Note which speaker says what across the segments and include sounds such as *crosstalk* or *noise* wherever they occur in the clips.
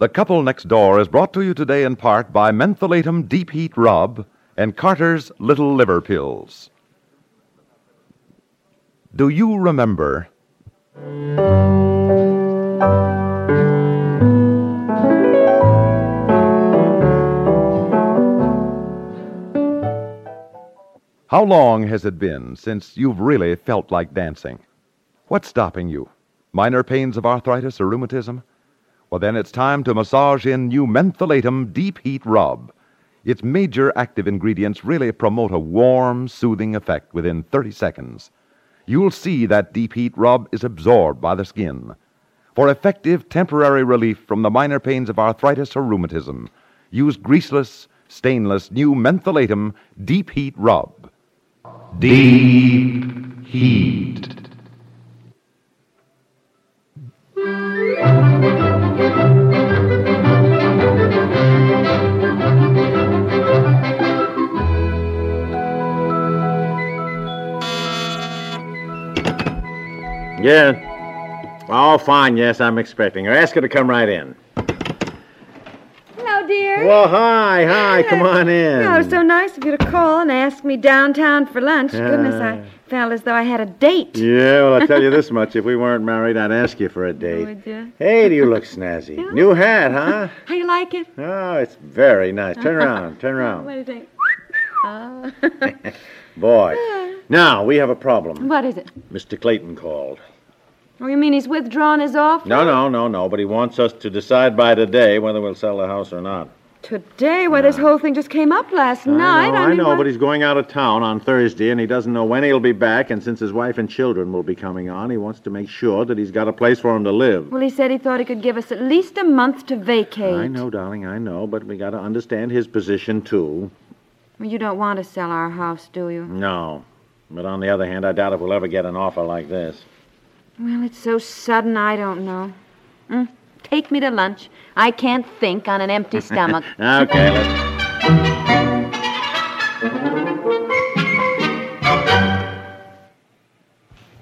Speaker 1: The Couple Next Door is brought to you today in part by Mentholatum Deep Heat Rub and Carter's Little Liver Pills. Do you remember? How long has it been since you've really felt like dancing? What's stopping you? Minor pains of arthritis or rheumatism? Well, then it's time to massage in new mentholatum deep heat rub. Its major active ingredients really promote a warm, soothing effect within 30 seconds. You'll see that deep heat rub is absorbed by the skin. For effective temporary relief from the minor pains of arthritis or rheumatism, use greaseless, stainless new mentholatum deep heat rub. Deep heat.
Speaker 2: Yeah. Oh, fine. Yes, I'm expecting her. Ask her to come right in.
Speaker 3: Hello, dear.
Speaker 2: Well, hi, hi. Come on in.
Speaker 3: Oh, it was so nice of you to call and ask me downtown for lunch. Goodness, I felt as though I had a date.
Speaker 2: Yeah, well, I'll tell you this much. If we weren't married, I'd ask you for a date.
Speaker 3: Would you?
Speaker 2: Hey, do you look snazzy? New hat, huh?
Speaker 3: How you like it?
Speaker 2: Oh, it's very nice. Turn around, turn
Speaker 3: What
Speaker 2: around.
Speaker 3: do you think? Oh.
Speaker 2: Boy. Now, we have a problem.
Speaker 3: what is it?
Speaker 2: Mr. Clayton called.
Speaker 3: Oh, you mean he's withdrawn his offer?
Speaker 2: No, no, no, no, but he wants us to decide by today whether we'll sell the house or not.
Speaker 3: Today? Why, this whole thing just came up last
Speaker 2: I
Speaker 3: night.
Speaker 2: know, I
Speaker 3: mean,
Speaker 2: know
Speaker 3: why-
Speaker 2: but he's going out of town on Thursday, and he doesn't know when he'll be back. And since his wife and children will be coming on, he wants to make sure that he's got a place for him to live.
Speaker 3: Well, he said he thought he could give us at least a month to vacate.
Speaker 2: I know, darling, I know, but we got to understand his position, too.
Speaker 3: Well, you don't want to sell our house, do you?
Speaker 2: No. But on the other hand, I doubt if we'll ever get an offer like this.
Speaker 3: Well, it's so sudden, I don't know. Mm, Take me to lunch. I can't think on an empty stomach.
Speaker 2: Okay, let's.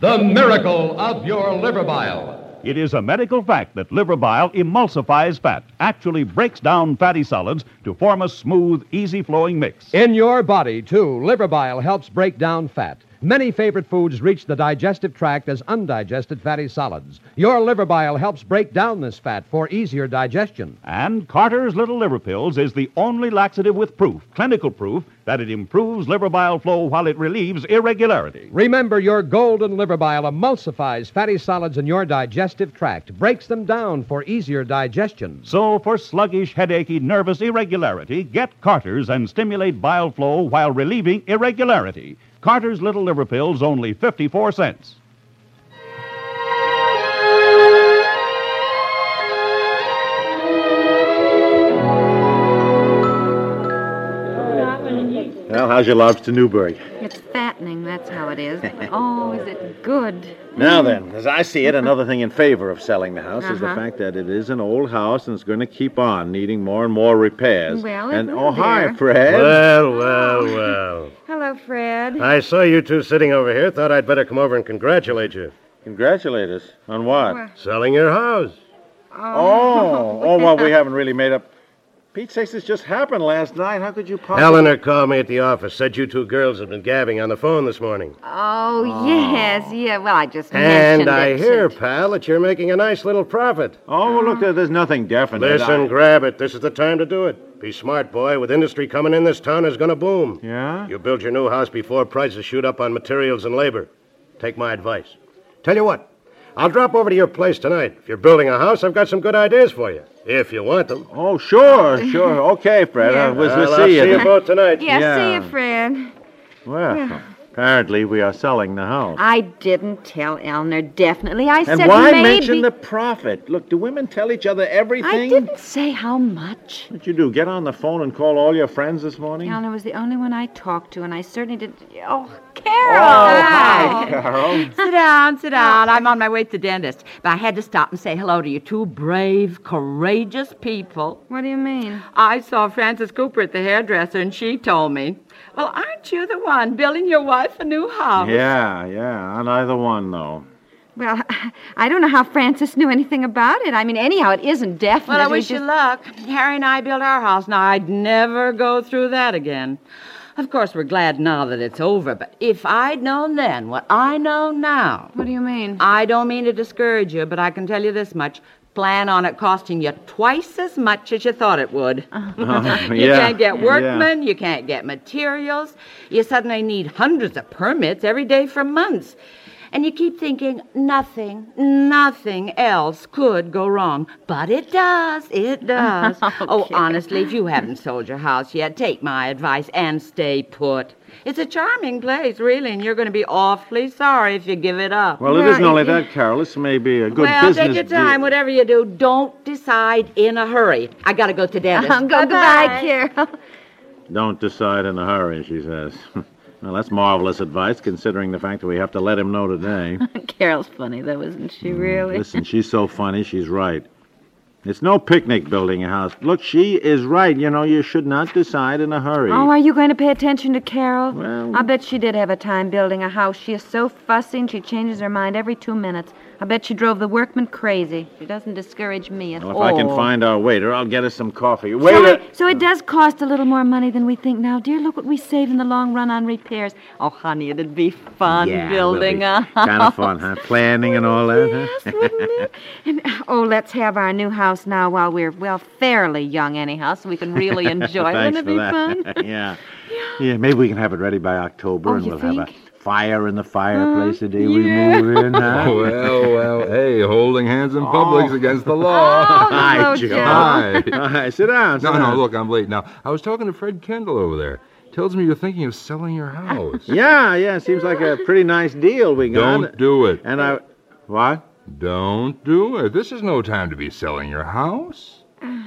Speaker 4: The miracle of your liver bile.
Speaker 5: It is a medical fact that liver bile emulsifies fat, actually breaks down fatty solids to form a smooth, easy flowing mix.
Speaker 4: In your body, too, liver bile helps break down fat. Many favorite foods reach the digestive tract as undigested fatty solids. Your liver bile helps break down this fat for easier digestion.
Speaker 5: And Carter's Little Liver Pills is the only laxative with proof, clinical proof, that it improves liver bile flow while it relieves irregularity.
Speaker 4: Remember, your golden liver bile emulsifies fatty solids in your digestive tract, breaks them down for easier digestion.
Speaker 5: So, for sluggish, headachy, nervous irregularity, get Carter's and stimulate bile flow while relieving irregularity. Carter's Little Liver Pills, only 54 cents.
Speaker 2: Well, how's your lobster Newberg?
Speaker 3: It's fattening, that's how it is. *laughs* But, oh, is it good?
Speaker 2: Now then, as I see it, another thing in favor of selling the house is the
Speaker 3: Uh-huh.
Speaker 2: fact that it is an old house and it's going to keep on needing more and more repairs.
Speaker 3: Well, it
Speaker 2: and
Speaker 3: will,
Speaker 2: oh, hi,
Speaker 3: dear.
Speaker 2: Fred.
Speaker 6: Well, well, well.
Speaker 3: Hello, Fred.
Speaker 6: I saw you two sitting over here. Thought I'd better come over and congratulate you.
Speaker 2: Congratulate us on what?
Speaker 3: Well,
Speaker 6: Selling your house.
Speaker 3: *laughs*
Speaker 2: Oh, oh well, we haven't really made up. Pete sakes, this just happened last night. How could you possibly?
Speaker 6: Eleanor called me at the office. Said you two girls had been gabbing on the phone this morning.
Speaker 3: Oh, yes, yeah. Well, I just mentioned
Speaker 6: And I
Speaker 3: it.
Speaker 6: hear,
Speaker 3: to-
Speaker 6: pal, that you're making a nice little profit.
Speaker 2: Oh, well, look, there, there's nothing definite.
Speaker 6: Listen,
Speaker 2: I-
Speaker 6: grab it. This is the time to do it. Be smart, boy. With industry coming in, this town is going to boom.
Speaker 2: Yeah?
Speaker 6: You build your new house before prices shoot up on materials and labor. Take my advice. Tell you what,
Speaker 7: I'll drop over to your place tonight. If you're building a house, I've got some good ideas for you. If you want them.
Speaker 6: Oh, sure, sure. Okay, Fred. Uh, we'll, we'll
Speaker 7: Well, I'll
Speaker 6: see you. then.
Speaker 7: both tonight.
Speaker 3: Yeah, see
Speaker 6: Yeah.
Speaker 3: you, Fred.
Speaker 6: Well, apparently we are selling the house.
Speaker 3: I didn't tell Elner definitely. I
Speaker 6: And
Speaker 3: said
Speaker 6: why
Speaker 3: maybe.
Speaker 6: mention the profit? Look, do women tell each other everything?
Speaker 3: I didn't say how much.
Speaker 6: What'd you do? Get on the phone and call all your friends this morning?
Speaker 3: Elner was the only one I talked to, and I certainly did. Oh, Carol! *laughs*
Speaker 6: Oh, hi, Carol.
Speaker 8: Sit down, sit down. I'm on my way to the dentist. But I had to stop and say hello to Oh, you two brave, courageous people.
Speaker 3: What do you mean?
Speaker 8: I saw Frances Cooper at the hairdresser, and she told me, Well, aren't you the one building your wife a new house?
Speaker 6: Yeah, yeah. Not either one, though.
Speaker 3: Well, *laughs* I don't know how Francis knew anything about it. I mean, anyhow, it isn't definite.
Speaker 8: Well, I
Speaker 3: We
Speaker 8: wish you
Speaker 3: just-
Speaker 8: luck. Harry and I built our house. Now, I'd never go through that again. Of course, we're glad now that it's over, but if I'd known then what I know now,
Speaker 3: What do you mean?
Speaker 8: I don't mean to discourage you, but I can tell you this much. Plan on it costing you twice as much as you thought it would. you
Speaker 6: *laughs* yeah,
Speaker 8: can't get
Speaker 6: yeah.
Speaker 8: workmen, you can't get materials. You suddenly need hundreds of permits every day for months. And you keep thinking nothing, nothing else could go wrong. But it does, it does. Oh, honestly, if you haven't sold your house yet, take my advice and stay put. It's a charming place, really, and you're going to be awfully sorry if you give it up.
Speaker 6: Well, it isn't only that, Carol. This may be a good
Speaker 8: Well,
Speaker 6: business
Speaker 8: take your time.
Speaker 6: deal.
Speaker 8: Whatever you do, don't decide in a hurry. I gotta go to dentist.
Speaker 3: Um, go- goodbye, Carol. *laughs*
Speaker 6: Don't decide in a hurry, she says. *laughs* well, that's marvelous advice, considering the fact that we have to let him know today.
Speaker 3: Carol's funny, though, isn't she? Really?
Speaker 6: Listen, she's so funny, she's right. It's no picnic building a house. Look, she is right. You know, you should not decide in a hurry.
Speaker 3: Oh, are you going to pay attention to Carol?
Speaker 6: Well-
Speaker 3: I bet she did have a time building a house. She is so fussy and she changes her mind every two minutes. I bet she drove the workmen crazy. She doesn't discourage me at
Speaker 6: well, if
Speaker 3: all.
Speaker 6: I can find our waiter, I'll get us some coffee.
Speaker 3: so,
Speaker 6: Waiter!
Speaker 3: I- so it does cost a little more money than we think now. Dear, look what we save in the long run on repairs. Oh, honey, it'd be fun building a house.
Speaker 6: Kind of fun, huh? Planning and all that, huh?
Speaker 3: Yes, wouldn't
Speaker 6: *laughs*
Speaker 3: it? And, oh, let's have our new house now while we're, well, fairly young, anyhow, so we can
Speaker 6: *laughs*
Speaker 3: really enjoy it. Wouldn't
Speaker 6: Thanks
Speaker 3: it
Speaker 6: for
Speaker 3: be
Speaker 6: *laughs*
Speaker 3: fun?
Speaker 6: that. yeah. yeah. Maybe we can have it ready by October
Speaker 3: Oh,
Speaker 6: and
Speaker 3: you
Speaker 6: we'll have
Speaker 3: think? Uh,
Speaker 6: a fire in the fireplace the day we move
Speaker 3: *laughs*
Speaker 6: in, huh?
Speaker 3: Oh,
Speaker 2: well, well, hey, holding hands in public's against the
Speaker 3: *laughs*
Speaker 2: law.
Speaker 6: *laughs* Hi,
Speaker 3: Oh, Hello,
Speaker 6: Joe.
Speaker 3: Joe.
Speaker 2: Hi.
Speaker 6: All right, sit down. Sit
Speaker 2: No, no,
Speaker 6: down.
Speaker 2: look, I'm late now. I was talking to Fred Kendall over there. Tells me you're thinking of selling your house.
Speaker 6: Yeah, yeah. Seems like a pretty nice deal we got.
Speaker 2: Don't do it.
Speaker 6: And I. What?
Speaker 2: Don't do it. This is no time to be selling your house.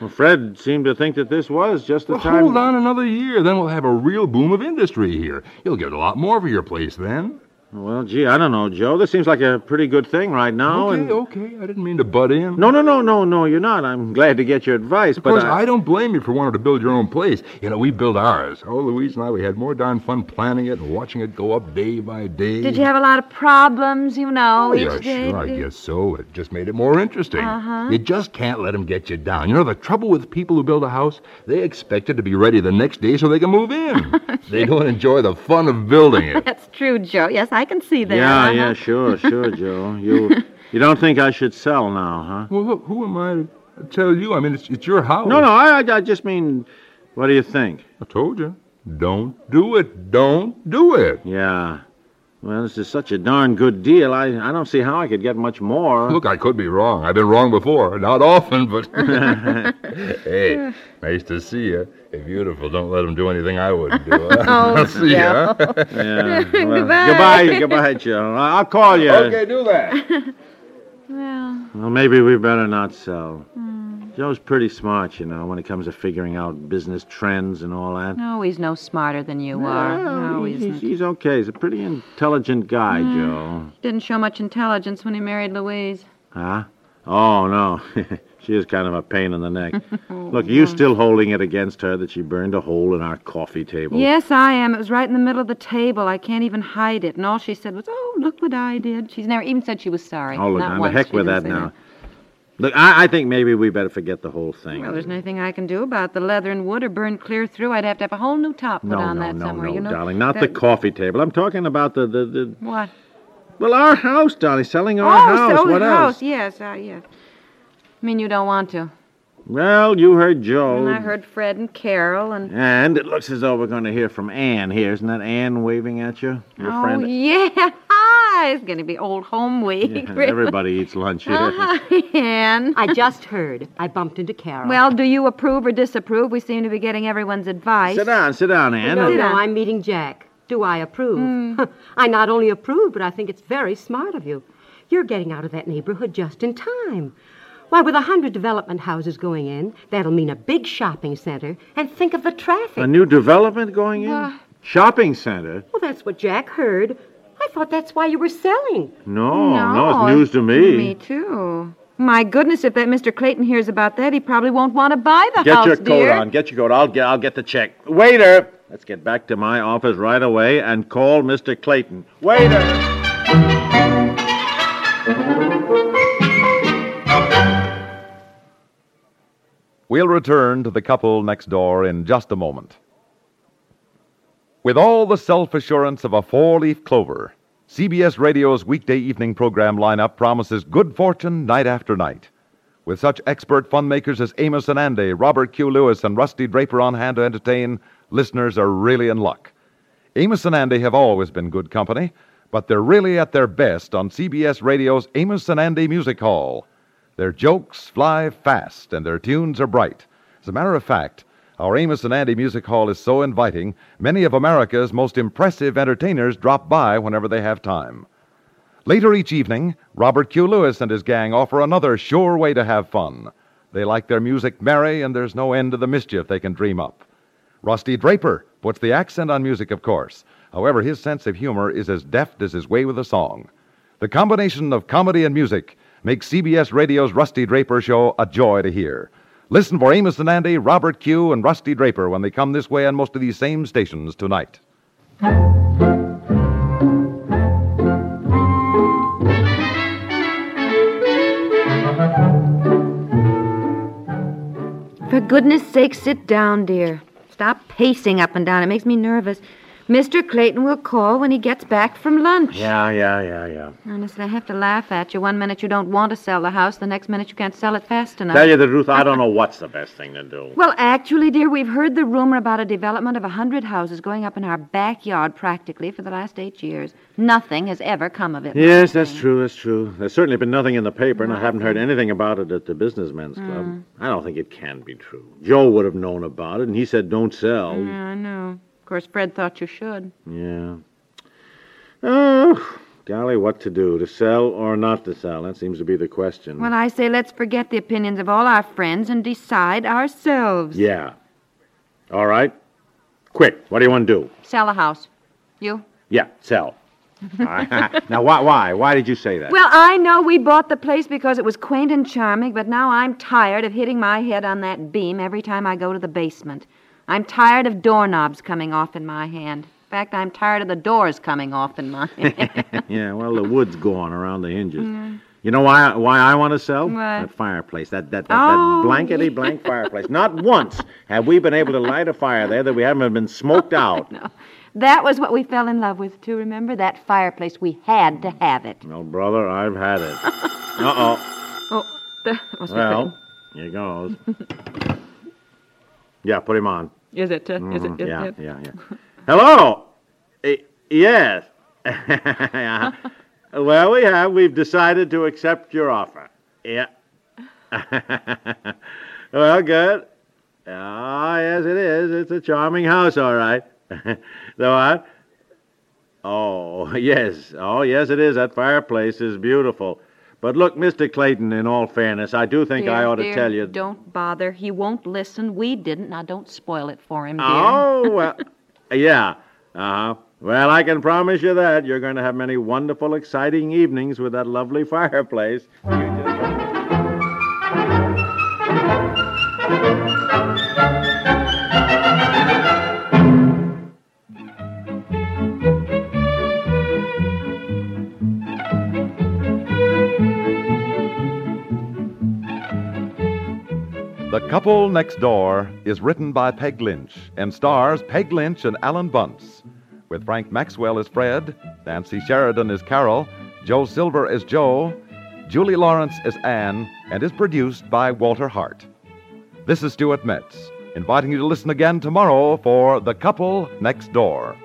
Speaker 6: Well, Fred seemed to think that this was just the
Speaker 2: Well,
Speaker 6: time.
Speaker 2: hold on another year, then we'll have a real boom of industry here. You'll get a lot more for your place then.
Speaker 6: Well, gee, I don't know, Joe. This seems like a pretty good thing right now.
Speaker 2: okay, oh.
Speaker 6: and...
Speaker 2: okay. I didn't mean to butt in.
Speaker 6: No, no, no, no, no. You're not. I'm glad to get your advice,
Speaker 2: Of
Speaker 6: but
Speaker 2: course,
Speaker 6: I...
Speaker 2: I... don't blame you for wanting to build your own place. You know, we built ours. Oh, Louise and I, we had more darn fun planning it and watching it go up day by day.
Speaker 3: Did you have a lot of problems, you know?
Speaker 2: Oh, yeah,
Speaker 3: each day?
Speaker 2: sure, I guess so. It just made it more interesting. You just can't let them get you down. You know, the trouble with people who build a house, they expect it to be ready the next day so they can move in. They don't enjoy the fun of building it.
Speaker 3: *laughs* That's true, Joe. Yes, I can see that.
Speaker 6: Yeah,
Speaker 3: Uh-huh.
Speaker 2: *laughs*
Speaker 6: yeah, sure, sure, Joe. You, you don't think I should sell now, huh?
Speaker 2: well, look, who am I to tell you? I mean, it's, it's your house.
Speaker 6: No, no. I, I I just mean, what do you think?
Speaker 2: I told you. Don't do it. Don't do it.
Speaker 6: Yeah. Well, this is such a darn good deal. I, I don't see how I could get much more.
Speaker 2: Look, I could be wrong. I've been wrong before. Not often, but. hey, nice to see you. Hey, beautiful. Don't let them do anything I wouldn't do. *laughs* I'll see ya.
Speaker 6: Yeah, well,
Speaker 3: *laughs*
Speaker 6: goodbye, goodbye, Joe. I- I'll call you.
Speaker 2: do that.
Speaker 3: Well,
Speaker 6: Well, maybe we better not sell.
Speaker 3: Hmm.
Speaker 6: Joe's pretty smart, you know, when it comes to figuring out business trends and all that.
Speaker 3: no, he's no smarter than you are. No,
Speaker 6: he's,
Speaker 3: he's
Speaker 6: he's,
Speaker 3: not.
Speaker 6: okay. He's a pretty intelligent guy, Joe.
Speaker 3: Didn't show much intelligence when he married Louise.
Speaker 6: Huh? Oh, no. *laughs* she is kind of a pain in the neck. Look, you still holding it against her that she burned a hole in our coffee table.
Speaker 3: Yes, I am. It was right in the middle of the table. I can't even hide it. And all she said was, "Oh, look what I did." She's never even said she was sorry.
Speaker 6: Oh, look,
Speaker 3: Not
Speaker 6: now, the
Speaker 3: once.
Speaker 6: heck
Speaker 3: She
Speaker 6: with
Speaker 3: didn't
Speaker 6: that
Speaker 3: say
Speaker 6: now. Look, I, I think maybe we better forget the whole thing.
Speaker 3: Well, there's nothing I can do about it. the leather and wood are burned clear through. I'd have to have a whole new top put
Speaker 6: no,
Speaker 3: on
Speaker 6: no,
Speaker 3: that
Speaker 6: no,
Speaker 3: somewhere.
Speaker 6: no,
Speaker 3: you know,
Speaker 6: darling. Not the
Speaker 3: That-
Speaker 6: coffee table. I'm talking about the, the, the
Speaker 3: what?
Speaker 6: Well, our house, Dolly. Selling our
Speaker 3: oh,
Speaker 6: house.
Speaker 3: so
Speaker 6: what
Speaker 3: the
Speaker 6: else?
Speaker 3: house. Yes, uh, yes. I mean, you don't want to.
Speaker 6: Well, you heard Joe.
Speaker 3: And I heard Fred and Carol and.
Speaker 6: And it looks as though we're going to hear from Anne here. Isn't that Anne waving at you? Your
Speaker 3: oh, *laughs*
Speaker 6: friend?
Speaker 3: yeah. Hi. It's going to be old home week.
Speaker 6: Yeah,
Speaker 3: really. *laughs*
Speaker 6: Everybody eats lunch here.
Speaker 3: Oh, hi, Ann.
Speaker 9: I just heard. I bumped into Carol.
Speaker 3: Well, do you approve or disapprove? We seem to be getting everyone's advice.
Speaker 6: Sit down, sit down, Anne.
Speaker 9: no,
Speaker 3: did
Speaker 9: no,
Speaker 3: I?
Speaker 9: I'm meeting Jack. Do I approve?
Speaker 8: Hmm.
Speaker 9: *laughs* I not only approve, but I think it's very smart of you. You're getting out of that neighborhood just in time. Why, with a hundred development houses going in, that'll mean a big shopping center. And think of the traffic.
Speaker 6: A new development going in? Shopping center?
Speaker 9: Well, that's what Jack heard. I thought that's why you were selling.
Speaker 6: No, Oh, no,
Speaker 3: No,
Speaker 6: it's news to me.
Speaker 3: Me too. My goodness, if that Mr. Clayton hears about that, he probably won't want to buy the
Speaker 6: Get
Speaker 3: house,
Speaker 6: your coat
Speaker 3: dear.
Speaker 6: on. Get your coat. I'll get. I'll get the check. Waiter, let's get back to my office right away and call Mr. Clayton.
Speaker 3: *laughs*
Speaker 6: Waiter.
Speaker 2: We'll return to the couple next door in just a moment. With all the self assurance of a four leaf clover, CBS Radio's weekday evening program lineup promises good fortune night after night. With such expert fun makers as Amos and Andy, Robert Q. Lewis, and Rusty Draper on hand to entertain, listeners are really in luck. Amos and Andy have always been good company, but they're really at their best on CBS Radio's Amos and Andy Music Hall. Their jokes fly fast and their tunes are bright. As a matter of fact, our Amos and Andy Music Hall is so inviting, many of America's most impressive entertainers drop by whenever they have time. Later each evening, Robert Q. Lewis and his gang offer another sure way to have fun. They like their music merry, and there's no end to the mischief they can dream up. Rusty Draper puts the accent on music, of course. However, his sense of humor is as deft as his way with a song. The combination of comedy and music makes CBS Radio's Rusty Draper show a joy to hear. Listen for Amos and Andy, Robert Q, and Rusty Draper when they come this way on most of these same stations tonight.
Speaker 3: For goodness sake, sit down, dear. Stop pacing up and down. It makes me nervous. Mr. Clayton will call when he gets back from lunch.
Speaker 6: Yeah, yeah, yeah, yeah.
Speaker 3: Honestly, I have to laugh at you. One minute you don't want to sell the house, the next minute you can't sell it fast enough.
Speaker 6: Tell you the truth, I don't know what's the best thing to do.
Speaker 3: Well, actually, dear, we've heard the rumor about a development of a hundred houses going up in our backyard practically for the last eight years. Nothing has ever come of it.
Speaker 6: Yes, that's true, that's true. There's certainly been nothing in the paper, and I haven't heard anything about it at the businessmen's
Speaker 3: Hmm.
Speaker 6: club. I don't think it can be true. Joe would have known about it, and he said don't sell.
Speaker 3: Yeah, I know. Of course, Fred thought you should.
Speaker 6: Yeah. Oh, golly, what to do? To sell or not to sell? That seems to be the question.
Speaker 3: Well, I say let's forget the opinions of all our friends and decide ourselves.
Speaker 6: yeah. All right. Quick, what do you want to do?
Speaker 3: Sell a house. You?
Speaker 6: Yeah, sell.
Speaker 3: *laughs*
Speaker 6: *laughs* now, why, why? Why did you say that?
Speaker 3: Well, I know we bought the place because it was quaint and charming, but now I'm tired of hitting my head on that beam every time I go to the basement. I'm tired of doorknobs coming off in my hand. In fact, I'm tired of the doors coming off in my
Speaker 6: *laughs*
Speaker 3: hand.
Speaker 6: yeah, well, the wood's gone around the hinges. You know why? Why I want to sell
Speaker 3: Why?
Speaker 6: that fireplace? That that that,
Speaker 3: Oh,
Speaker 6: that
Speaker 3: *laughs*
Speaker 6: blankety blank fireplace. Not once have we been able to light a fire there that we haven't been smoked
Speaker 3: Oh,
Speaker 6: out.
Speaker 3: That was what we fell in love with, too, remember? That fireplace. We had to have it.
Speaker 6: No, brother, I've
Speaker 3: *laughs*
Speaker 6: had it. Uh oh.
Speaker 3: Oh, *laughs* that must
Speaker 6: Well, here goes. yeah, put him on.
Speaker 3: Is it? Uh, is
Speaker 6: Mhm, yeah, yeah, yeah. Hello. Eh, yes. *laughs* Yeah. Well, we have. We've decided to accept your offer. Yeah. *laughs* well, good. Ah, yes, it is. It's a charming house, all right. *laughs* so I. Oh, yes. Oh, yes, it is. That fireplace is beautiful. But look, Mr. Clayton, in all fairness, I do think I ought to tell you.
Speaker 3: Don't bother. He won't listen. We didn't. Now, don't spoil it for him, dear.
Speaker 6: Oh, well, *laughs* yeah. Uh huh. Well, I can promise you that you're going to have many wonderful, exciting evenings with that lovely fireplace. You just-
Speaker 2: The Couple Next Door is written by Peg Lynch and stars Peg Lynch and Alan Bunce, with Frank Maxwell as Fred, Nancy Sheridan as Carol, Joe Silver as Joe, Julie Lawrence as Anne, and is produced by Walter Hart. This is Stuart Metz, inviting you to listen again tomorrow for The Couple Next Door.